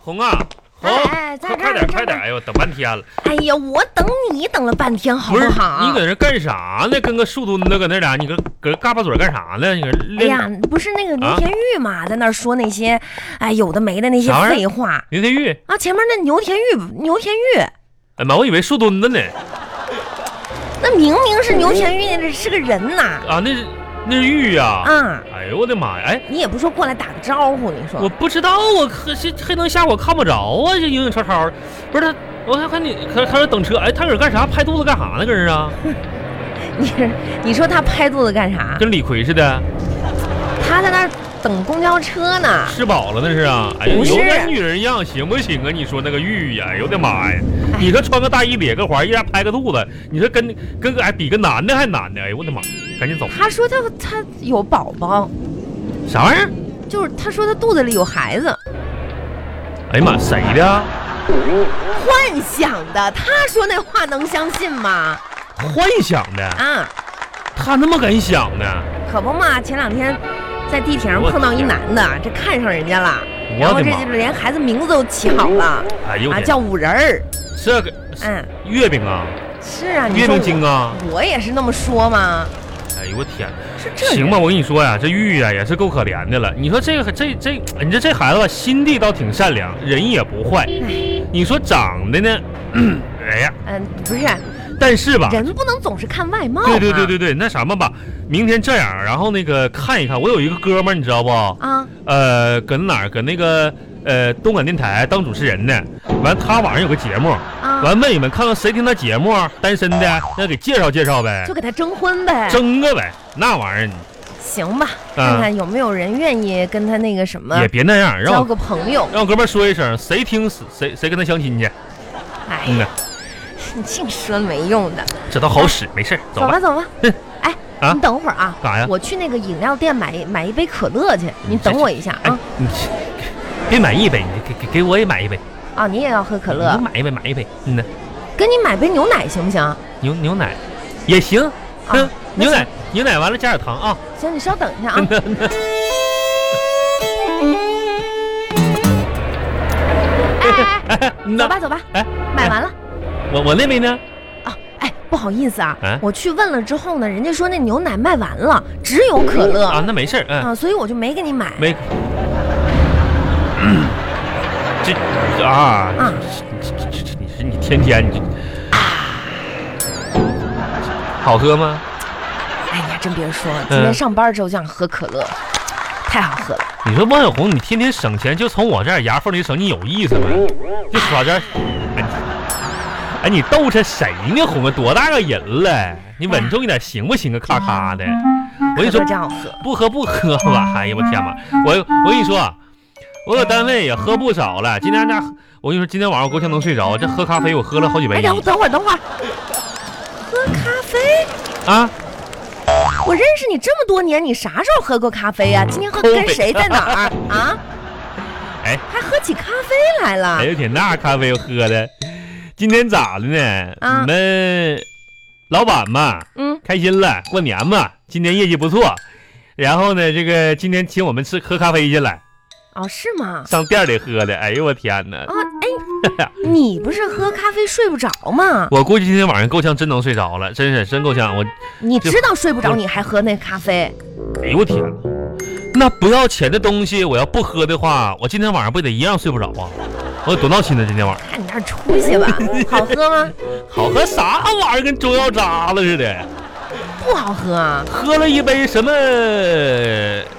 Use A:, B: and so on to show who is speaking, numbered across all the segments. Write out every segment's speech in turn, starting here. A: 红啊，红，
B: 哎，在
A: 快
B: 这儿
A: 快点快！
B: 在这
A: 点！
B: 儿
A: 哎呦，等半天了，
B: 哎呀，我等你等了半天，好
A: 不是
B: 好？
A: 你搁这干啥呢？跟个树墩子搁那俩，你搁搁这嘎巴嘴干啥呢？你搁这
B: 哎
A: 练
B: 呀，不是那个
A: 啊
B: 牛田玉嘛，在那儿说那些，哎，有的没的那些
A: 啥玩意儿
B: 废话
A: 林天玉，
B: 啊。前面那牛田玉，牛田玉，
A: 哎妈，我以为树墩子呢
B: 那明明是牛田玉，那是个人呐。
A: 啊，那是那是玉呀、
B: 啊，
A: 哎呦我的妈呀！哎，
B: 你也不说过来打个招呼，你
A: 我
B: 说
A: 不知道啊，可是还能吓我看不着啊，这影影绰绰。不是他，我还看你，还还是等车。哎，他搁这干啥？拍肚子干啥呢？搁这啊，
B: 你，你说他拍肚子干啥？
A: 跟李逵似的，
B: 他在那儿等公交车呢。
A: 吃饱了那是啊。哎呀，
B: 不是
A: 有点女人样，行不行啊？你说那个玉呀，哎呦我的妈呀！
B: 哎
A: 你说穿个大衣咧个环，一下拍个肚子，你说跟跟个哎比个男的还男的，哎呦我的妈！赶紧走，
B: 他说他他有宝宝，
A: 啥玩意儿？
B: 就是他说他肚子里有孩子，
A: 哎呀妈，谁的啊？
B: 幻想的。他说那话能相信吗？
A: 幻想的，
B: 啊。
A: 他那么敢想呢？
B: 可不嘛，前两天在地铁上
A: 我
B: 碰到一男的，这看上人家了，
A: 我
B: 然后
A: 的
B: 这
A: 妈
B: 就！连孩子名字都起好了
A: 哎呦我
B: 啊，
A: 天，
B: 叫五仁儿。
A: 这个
B: 嗯，
A: 月饼啊，
B: 是啊，你
A: 月
B: 说
A: 饼精啊！
B: 我我也是那么说嘛，
A: 哎呦我天！
B: 是这
A: 行吧，
B: 人
A: 我跟你说呀，这玉呀也是够可怜的了。你说这个这这，你这这孩子吧，心地倒挺善良，人也不坏。
B: 哎
A: 你说长得呢，嗯哎呀，
B: 嗯，不是
A: 但是吧，
B: 人不能总是看外貌嘛。
A: 对对对对对，那什么吧，明天这样，然后那个看一看，我有一个哥们儿，你知道不？
B: 啊，
A: 呃，搁哪儿？搁那个呃东莞电台当主持人呢。完，他晚上有个节目，
B: 啊
A: 完问你们看看谁听他节目，单身的那给介绍介绍呗
B: 就，给他征婚呗，
A: 争个呗，那玩意
B: 行吧，看看有没有人愿意跟他那个什么
A: 嗯儿也别那样，让
B: 交
A: 我
B: 个朋友。
A: 让我哥们儿说一声，谁听谁谁谁跟他相亲去。
B: 哎
A: 嗯
B: 呀
A: 呐，，嗯
B: 你净说没用的，
A: 这都好使，没事儿，走
B: 走
A: 吧
B: 吧。走吧
A: 嗯。
B: 哎，
A: 啊
B: 你等会儿啊，
A: 干啥呀？
B: 我去那个饮料店买买一杯可乐去，你等我一下
A: 哎
B: 啊！，
A: 你别买一杯，你给给给我也买一杯，
B: 啊，你也要喝可乐
A: 你，买一杯，买一杯。嗯呐，
B: 给你买杯牛奶行不行？
A: 牛牛奶也行，嗯，
B: 那
A: 牛奶牛奶完了加点糖啊。
B: 行，你稍等一下啊。
A: 嗯
B: 哎哎 哎，
A: 嗯
B: 走
A: 呐，
B: 吧走吧，
A: 哎，
B: 买完了
A: 我我那杯呢？
B: 啊。哎，不好意思啊
A: 啊，
B: 我去问了之后呢，人家说那牛奶卖完了，只有可
A: 啊，
B: 乐
A: 那没事儿，嗯，
B: 啊，所以我就没给你买。
A: 没。这这啊，
B: 啊
A: 这这这这你是你天天你这，好喝吗？
B: 哎呀，真别说，
A: 嗯
B: 今天上班之后就想喝可乐，太好喝了。
A: 你说王小红，你天天省钱就从我这儿牙缝里省，你有意思吗？就耍这儿，哎你，哎，你逗着谁呢？红哥，多大个人了，你稳重一点行不行啊？咔咔的，我跟你
B: 可
A: 说
B: 乐，真好喝。
A: 不喝不喝吧，哎呀，我天哪！我我跟你说啊，我搁单位也喝不少了。今天那我跟你说，今天晚上我够呛能睡着，这喝咖啡我喝了好几
B: 哎，
A: 杯
B: 等会儿等会儿等会儿，喝咖啡。
A: 啊！
B: 我认识你这么多年，你啥时候喝过咖啡呀、今天喝跟谁在 哪儿啊？
A: 哎，
B: 还喝起咖啡来了？
A: 哎呦天，那咖啡我喝的，今天咋的呢？
B: 啊
A: 你们老板嘛，
B: 嗯，
A: 开心了，过年嘛，今年业绩不错。然后呢，这个今天请我们吃喝咖啡去了，
B: 哦，是吗？
A: 上店里喝的。哎呦我天哪！
B: 啊，哎， 你不是喝咖啡睡不着吗？
A: 我估计今天晚上够呛真能睡着了，真是真够呛。我，
B: 你知道睡不着，你还喝那咖啡？
A: 哎呦我天哪！那不要钱的东西，我要不喝的话，我今天晚上不得一样睡不着啊？我有多闹心呢！今天晚上
B: 看你那出息 吧，好喝吗？
A: 好喝啥玩意儿，跟中药渣了似的。
B: 不好喝啊，
A: 喝了一杯什么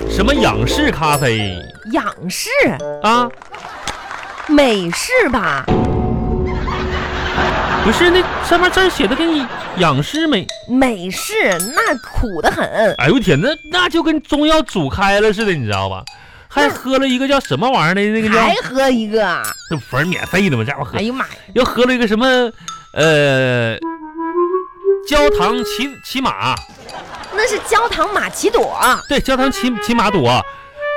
A: 什么仰视咖啡
B: 仰视
A: 啊？
B: 美式吧，
A: 不是，那上面字儿写的跟仰视没
B: 美式那苦得很。
A: 哎呦我天，那那就跟中药煮开了似的，你知道吧？还
B: 那
A: 喝了一个叫什么玩意儿的，那个
B: 还
A: 叫
B: 喝一个啊，
A: 这不是免费的吗？家伙喝
B: 哎呦妈呀！
A: 又喝了一个什么呃焦糖骑骑马，
B: 那是焦糖玛奇朵，
A: 对，焦糖骑骑马朵。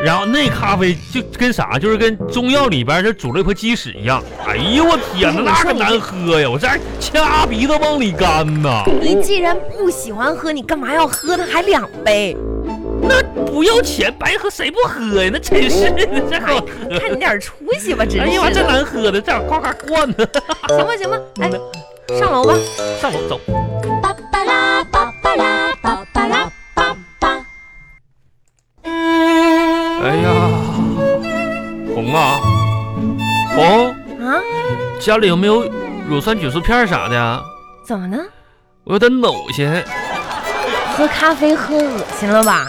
A: 然后那咖啡就跟啥，就是跟中药里边就煮了一坨鸡屎一样。哎呦我天哪，
B: 不
A: 那个
B: 是你说你
A: 难喝呀！我这还掐鼻子往里干呐。
B: 你既然不喜欢喝，你干嘛要喝它还两杯？
A: 那不要钱白喝，谁不喝呀？那真是的，
B: 哎
A: 这好喝。
B: 看你点出息吧，真
A: 哎呀妈，
B: 是
A: 这
B: 的。
A: 难喝的，这样夸夸灌呢。
B: 行吧行吧，哎，
A: 嗯
B: 上楼吧。
A: 上楼走。
C: Pa pa la pa pa la pa pa la pa pa.
A: 哎呀，红啊，红，
B: 啊，
A: 家里有没有乳酸菌素片啥的呀？
B: 怎么呢？
A: 我有点恶心。
B: 喝咖啡喝恶心了吧？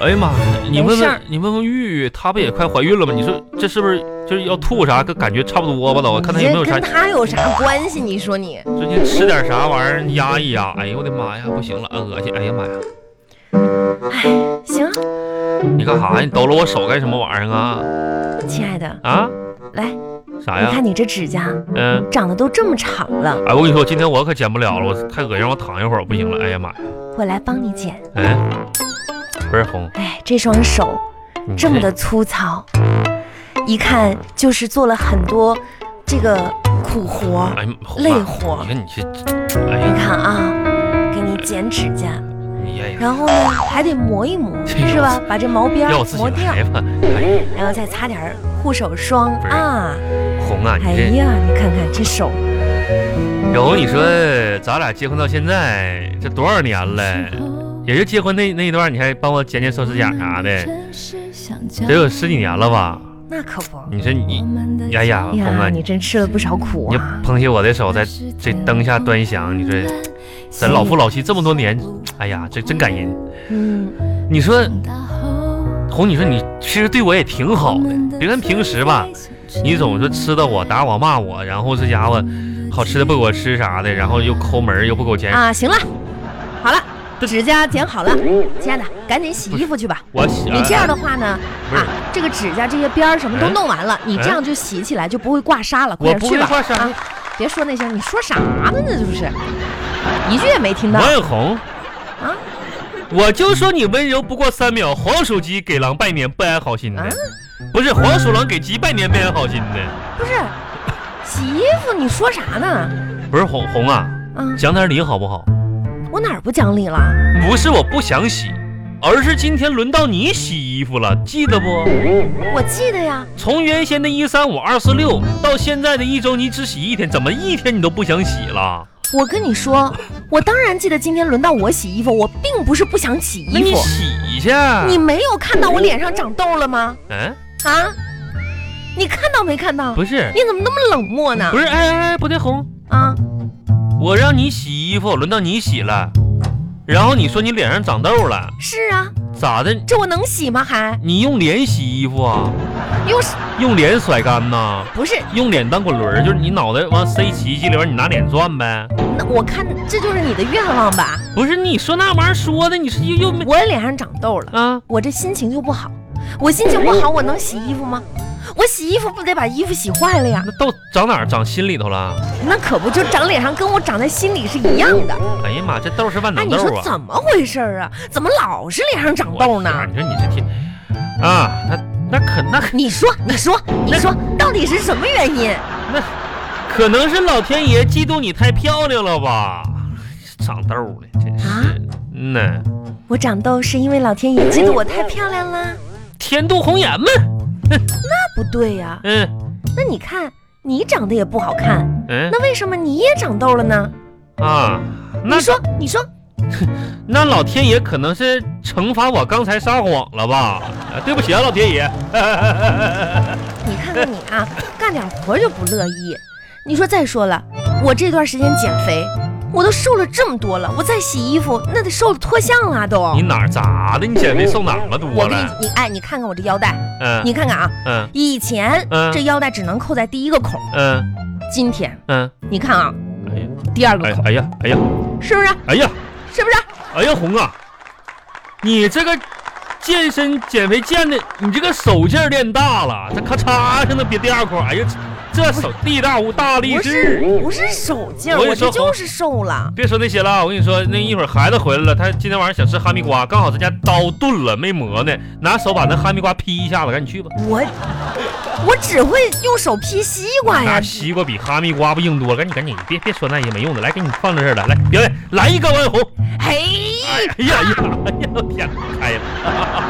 A: 哎呀妈呀！你
B: 没
A: 问
B: 事儿
A: 问你问问玉玉，她不也快怀孕了吗？你说这是不是就是要吐啥？跟感觉差不多吧都，我看她有没有
B: 你这
A: 啥
B: 跟，他有啥关系？你说你
A: 最近吃点啥玩意儿压一压。哎呦我的妈呀，不行了，恶心！哎呀妈呀，
B: 行，
A: 你干啥呀？你抖了我手干什么玩意儿啊？
B: 亲爱的，
A: 啊？
B: 来，
A: 啥
B: 你
A: 哎呀？
B: 看你这指甲
A: 嗯。
B: 长得都这么长了，
A: 哎，我跟你说，今天我可剪不了了，我太恶心，让我躺一会儿，我不行了。哎呀妈呀！
B: 我来帮你剪。
A: 哎，不是红，
B: 哎，这双手
A: 你
B: 这么的粗糙，一看就是做了很多这个苦活
A: 这，。哎，红啊
B: 累活
A: 你看你这，哎呀
B: 你看啊，给你剪指甲，
A: 你哎呀，
B: 然后呢还得磨一磨，
A: 这个
B: 是吧？把这毛边
A: 哎要
B: 儿
A: 我自己
B: 磨掉，
A: 来吧。哎，
B: 然后再擦点儿护手霜
A: 不是
B: 啊。
A: 红啊，你
B: 哎
A: 这。
B: 呀，你看看这手，
A: 然后你说咱俩结婚到现在这多少年了？也就结婚那那一段，你还帮我剪剪手指甲啥的，得有十几年了吧？
B: 那可不。
A: 你说你，哎呀，红啊，
B: 呀，
A: 你
B: 你真吃了不少苦
A: 你
B: 啊！
A: 捧起我的手，在这灯下端详，你说咱老夫老妻这么多年，哎呀，这真感人。
B: 嗯，
A: 你说红，你说你其实对我也挺好的，别看平时吧，你总说吃的我打我骂我，然后这家伙好吃的不给我吃啥的，然后又抠门儿又不给我钱，
B: 啊，行了，好了，指甲剪好了，亲爱的，赶紧洗衣服去吧。
A: 我喜
B: 你这样的话呢，啊，这个指甲这些边儿什么都弄完了，你这样就洗起来就不会挂痧了。快
A: 哎我
B: 点
A: 不
B: 去
A: 会
B: 吧
A: 挂痧
B: 啊！别说那些，你说啥呢？那就是一句也没听到
A: 王永红
B: 啊！
A: 我就说你温柔不过三秒，黄鼠鸡给狼拜年不安好心的，
B: 啊
A: 不是黄鼠狼给鸡拜年不安好心的，
B: 不是洗衣服，你说啥呢？
A: 不是红红啊，
B: 啊，
A: 讲点理好不好？
B: 我哪儿不讲理了？
A: 不是我不想洗，而是今天轮到你洗衣服了，记得不？
B: 我记得呀，
A: 从原先的一三五二四六到现在的一周，你只洗一天，怎么一天你都不想洗了？
B: 我跟你说，我当然记得今天轮到我洗衣服，我并不是不想洗
A: 那
B: 衣
A: 你
B: 服。
A: 洗去。
B: 你没有看到我脸上长痘了吗？
A: 嗯，
B: 啊，你看到没看到？
A: 不是，
B: 你怎么那么冷漠呢
A: 不？是，哎哎哎，不对，红，
B: 啊，
A: 我让你洗衣服，轮到你洗了，然后你说你脸上长痘了，
B: 是啊，
A: 咋的？
B: 这我能洗吗？还
A: 你用脸洗衣服啊？
B: 又是
A: 用脸甩干呐？
B: 不是？
A: 用脸当滚轮儿，就是你脑袋往塞洗衣机里边，你拿脸转呗。
B: 那我看这就是你的愿望吧？
A: 不是你说那玩意儿说的，你是又又没
B: 我脸上长痘了，
A: 啊？
B: 我这心情就不好。我心情不好，我能洗衣服吗？我洗衣服不得把衣服洗坏了呀？
A: 那痘长哪儿？长心里头了？
B: 那可不就长脸上，跟我长在心里是一样的。
A: 哎呀妈，这痘是万
B: 哎，
A: 能
B: 你
A: 痘
B: 说
A: 啊！
B: 怎么回事儿啊？怎么老是脸上长
A: 我
B: 痘呢？
A: 天啊你说你这天啊，那那可那可
B: 你说，你说，你
A: 那
B: 说，到底是什么原因？
A: 可能是老天爷嫉妒你太漂亮了吧？长痘了，真是
B: 啊
A: 的。嗯呐，
B: 我长痘是因为老天爷嫉妒我太漂亮啦？
A: 天妒红颜嘛。
B: 那不对呀、
A: 嗯
B: 那你看，你长得也不好看，
A: 嗯
B: 那为什么你也长痘了呢？
A: 啊，那
B: 你说，你说，
A: 那老天爷可能是惩罚我刚才撒谎了吧？啊对不起啊，老天 爷。
B: 你看看你啊， 干点活就不乐意。你说，再说了，我这段时间减肥，我都瘦了这么多了，我再洗衣服，那得瘦得脱相了啊都。
A: 你哪儿咋的？你减肥瘦哪儿了多
B: 我给你
A: 了？，
B: 你哎，你看看我这腰带，
A: 嗯
B: 你看看啊，
A: 嗯
B: 以前
A: 嗯
B: 这腰带只能扣在第一个孔，
A: 嗯
B: 今天
A: 嗯。
B: 你看啊，
A: 哎呀
B: 第二
A: 哎
B: 个
A: 呀
B: 孔，
A: 哎呀哎呀
B: 是不是？
A: 哎呀
B: 是不是？
A: 哎呀红啊，你这个健身减肥健的，你这个手劲儿练大了，这咔嚓上那别第二块儿，哎呀，这手力大无大力
B: 不
A: 士。
B: 是不是手劲儿，
A: 我跟你
B: 我
A: 说
B: 这
A: 红
B: 就是瘦了。
A: 别说那些了啊，我跟你说，那一会儿孩子回来了，他今天晚上想吃哈密瓜，刚好咱家刀钝了没磨呢，拿手把那哈密瓜劈一下子，赶紧去吧。
B: 我 我只会用手劈西瓜哎呀
A: 那，西瓜比哈密瓜不硬多了，赶紧赶紧，别别说那些没用的，来给你放在这儿了，来表演，来一个王永红。
B: 嘿
A: 哎哎呀呀哎呀！我天哪，开了，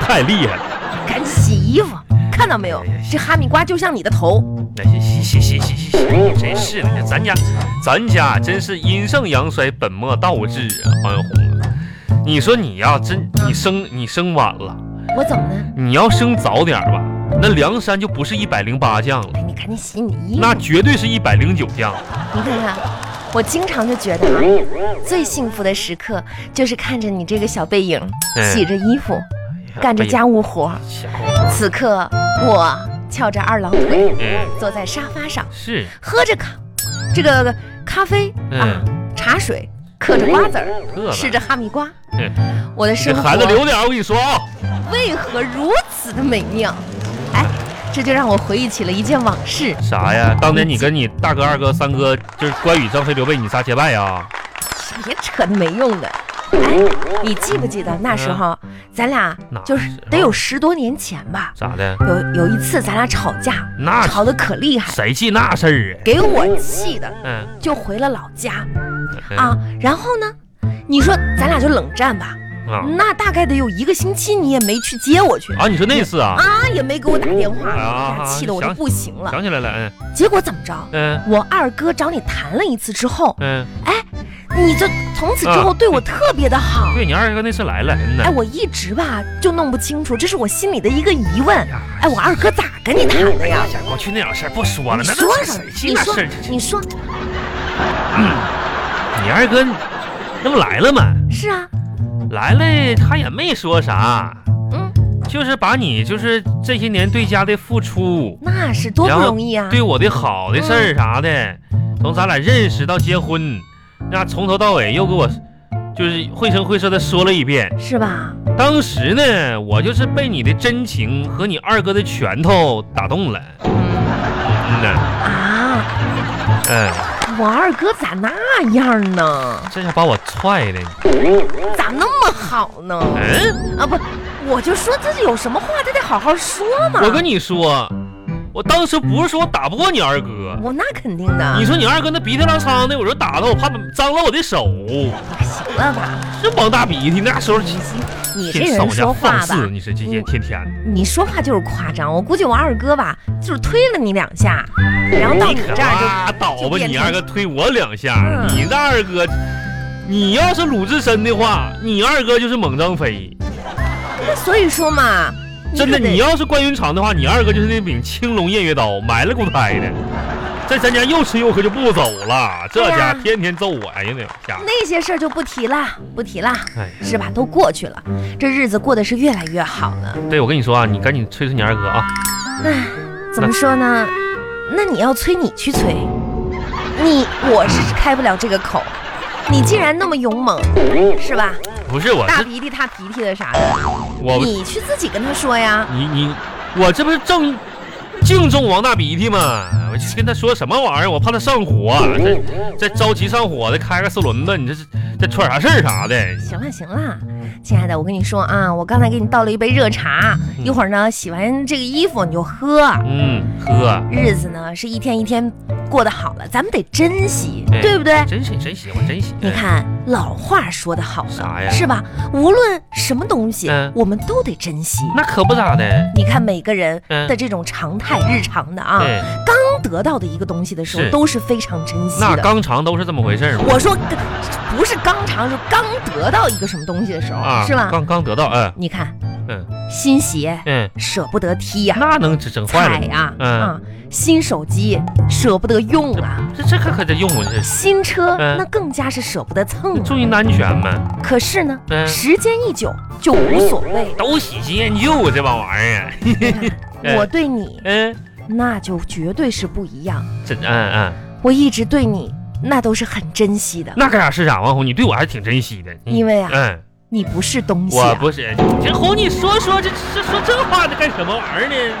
A: 太厉害了！
B: 赶紧洗衣服，看到没有
A: 哎呀？
B: 这哈密瓜就像你的头。
A: 那行行行行行行行，真是的，咱家咱家真是阴盛阳衰，本末倒置啊！黄小红啊，你说你呀、真你生你生晚了，
B: 我怎么了？
A: 你要生早点儿吧，那梁山就不是一百零八将了，
B: 哎，你赶紧洗你的衣服
A: 那。绝对是一百零九将。
B: 你看看，我经常就觉得啊，最幸福的时刻就是看着你这个小背影，
A: 哎
B: 洗着衣服，干着
A: 哎呀
B: 家务活儿。
A: 小红
B: 此刻我翘着二郎腿，
A: 嗯，
B: 坐在沙发上，
A: 是，
B: 喝着咖这个咖啡啊
A: 嗯，
B: 茶水，嗑着瓜子儿，
A: 饿了。
B: 吃着哈密瓜。
A: 嗯
B: 我的
A: 给
B: 生活
A: 哎孩子留点儿，我跟你说啊，
B: 为何如此的美妙？哎，这就让我回忆起了一件往事。
A: 啥呀？当年你跟你大哥、二哥、三哥，就是关羽、张飞、刘备，你仨结拜呀？
B: 别扯那没用的。
A: 哦
B: 哎，你记不记得那时候，咱俩
A: 嗯哪
B: 就是
A: 时候
B: 得有十多年前吧？
A: 咋的？
B: 有有一次咱俩吵架，
A: 那
B: 吵得可厉害，
A: 谁记那事儿
B: 给我气的
A: 啊？嗯
B: 就回了老家
A: 嗯
B: 啊。然后呢，你说咱俩就冷战吧？
A: 啊
B: 那大概得有一个星期，你也没去接我去
A: 啊！你说那次啊？
B: 啊，也没给我打电话，
A: 啊
B: 哎呀气得我都不行了。
A: 想起来了，嗯
B: 结果怎么着？
A: 嗯
B: 我二哥找你谈了一次之后，
A: 嗯，
B: 你就从此之后对我特别的好。
A: 对你二哥那次来了，嗯
B: 哎，
A: 呐。
B: 我一直吧就弄不清楚，这是我心里的一个疑问
A: 呀。
B: 哎，我二哥咋跟你谈的
A: 哎
B: 呀
A: 呀，？过去那点事儿不说了，
B: 你
A: 那
B: 说
A: 那
B: 说
A: 谁，记
B: 你
A: 那
B: 说
A: 事儿去？，
B: 你说，
A: 你二哥那不来了吗？
B: 是啊，
A: 来了，他也没说啥，
B: 嗯，
A: 就是把你就是这些年对家的付出，
B: 那是多
A: 然
B: 不
A: 后
B: 容易啊。
A: 对我的好的事儿啥的，从咱俩认识到结婚，那从头到尾又给我就是绘声绘色的说了一遍。
B: 是吧？
A: 当时呢，我就是被你的真情和你二哥的拳头打动了。嗯呐，
B: 啊，
A: 嗯，
B: 我二哥咋那样呢？
A: 这下把我踹的，
B: 咋那么好呢？
A: 嗯，
B: 啊不，我就说这有什么话，他得好好说嘛。
A: 我跟你说，我当时不是说我打不过你二哥。
B: 我那肯定的。
A: 你说你二哥那鼻涕拉碴的，我说打他，我怕脏了我的手，
B: 行了吧？
A: 这王大鼻涕，那时候你
B: 你这人说话吧，
A: 你是今天天天的，
B: 你说话就是夸张。我估计我二哥吧，就是推了你两下，然后到你
A: 可
B: 这儿就
A: 拉倒
B: 就
A: 吧，
B: 变
A: 你
B: 成
A: 二哥推我两下，
B: 嗯
A: 你那二哥，你要是鲁智深的话，你二哥就是猛张飞。
B: 所以说嘛，你
A: 真的，
B: 可得
A: 你要是关云长的话，你二哥就是那柄青龙偃月刀，埋了给我拍的，在咱家又吃又喝就不走了，这
B: 哦对
A: 家
B: 呀
A: 天天揍我，哎呀那家伙，
B: 那些事儿就不提啦，不提啦，
A: 哎，
B: 是吧？都过去了，这日子过得是越来越好了。
A: 对我跟你说啊，你赶紧催催你二哥啊，
B: 唉，怎么说呢？那你要催，你去催，你我是开不了这个口。你既然那么勇猛，是吧？
A: 不是我
B: 大
A: 这
B: 鼻涕、大鼻涕的啥的，
A: 我
B: 你去自己跟他说呀。
A: 你你我这不是正敬重王大鼻涕吗？我去跟他说什么玩意儿？我怕他上 火，这这着急上火的开个四轮子，你这是这出点啥事儿啥的，
B: 行了行了，亲爱的，我跟你说啊，我刚才给你倒了一杯热茶，一会儿呢洗完这个衣服你就喝。
A: 嗯，喝，
B: 日子呢是一天一天过得好了，咱们得珍惜，
A: 哎
B: 对不对？
A: 真行真行，我真行，
B: 你看老话说得好
A: 啥
B: 呢，
A: 呀
B: 是吧？无论什么东西
A: 嗯，
B: 我们都得珍惜。
A: 那可不咋的，
B: 你看每个人
A: 嗯
B: 的这种常态、日常的啊，
A: 对。
B: 刚得到的一个东西的时候，
A: 哎是
B: 都是非常珍惜
A: 那
B: 的。
A: 肛肠都是这么回事儿吗？
B: 我说不是刚尝，是刚得到一个什么东西的时候，是吧？
A: 刚刚啊得到，嗯
B: 你看
A: 嗯
B: 新鞋
A: 嗯，
B: 舍不得踢呀，
A: 那能整整坏
B: 踩
A: 了？
B: 呀，
A: 嗯
B: 啊，新手机舍不得用啊。
A: 这这可可得用我这，
B: 新车
A: 嗯
B: 那更加是舍不得蹭啊。
A: 注意安全嘛，
B: 可是呢，
A: 嗯。
B: 时间一久就无所谓
A: 都喜新厌旧这帮玩意儿，
B: 你看
A: 嗯
B: 我对你
A: 嗯，
B: 那就绝对是不一样，
A: 这嗯嗯，
B: 我一直对你那都是很珍惜的。
A: 那干啥是啥，王红，你对我还是挺珍惜的，你
B: 因为啊
A: 嗯，
B: 你不是东西、
A: 我
B: 啊，
A: 不是，这红，你说说这这说这话的干什么玩意儿呢？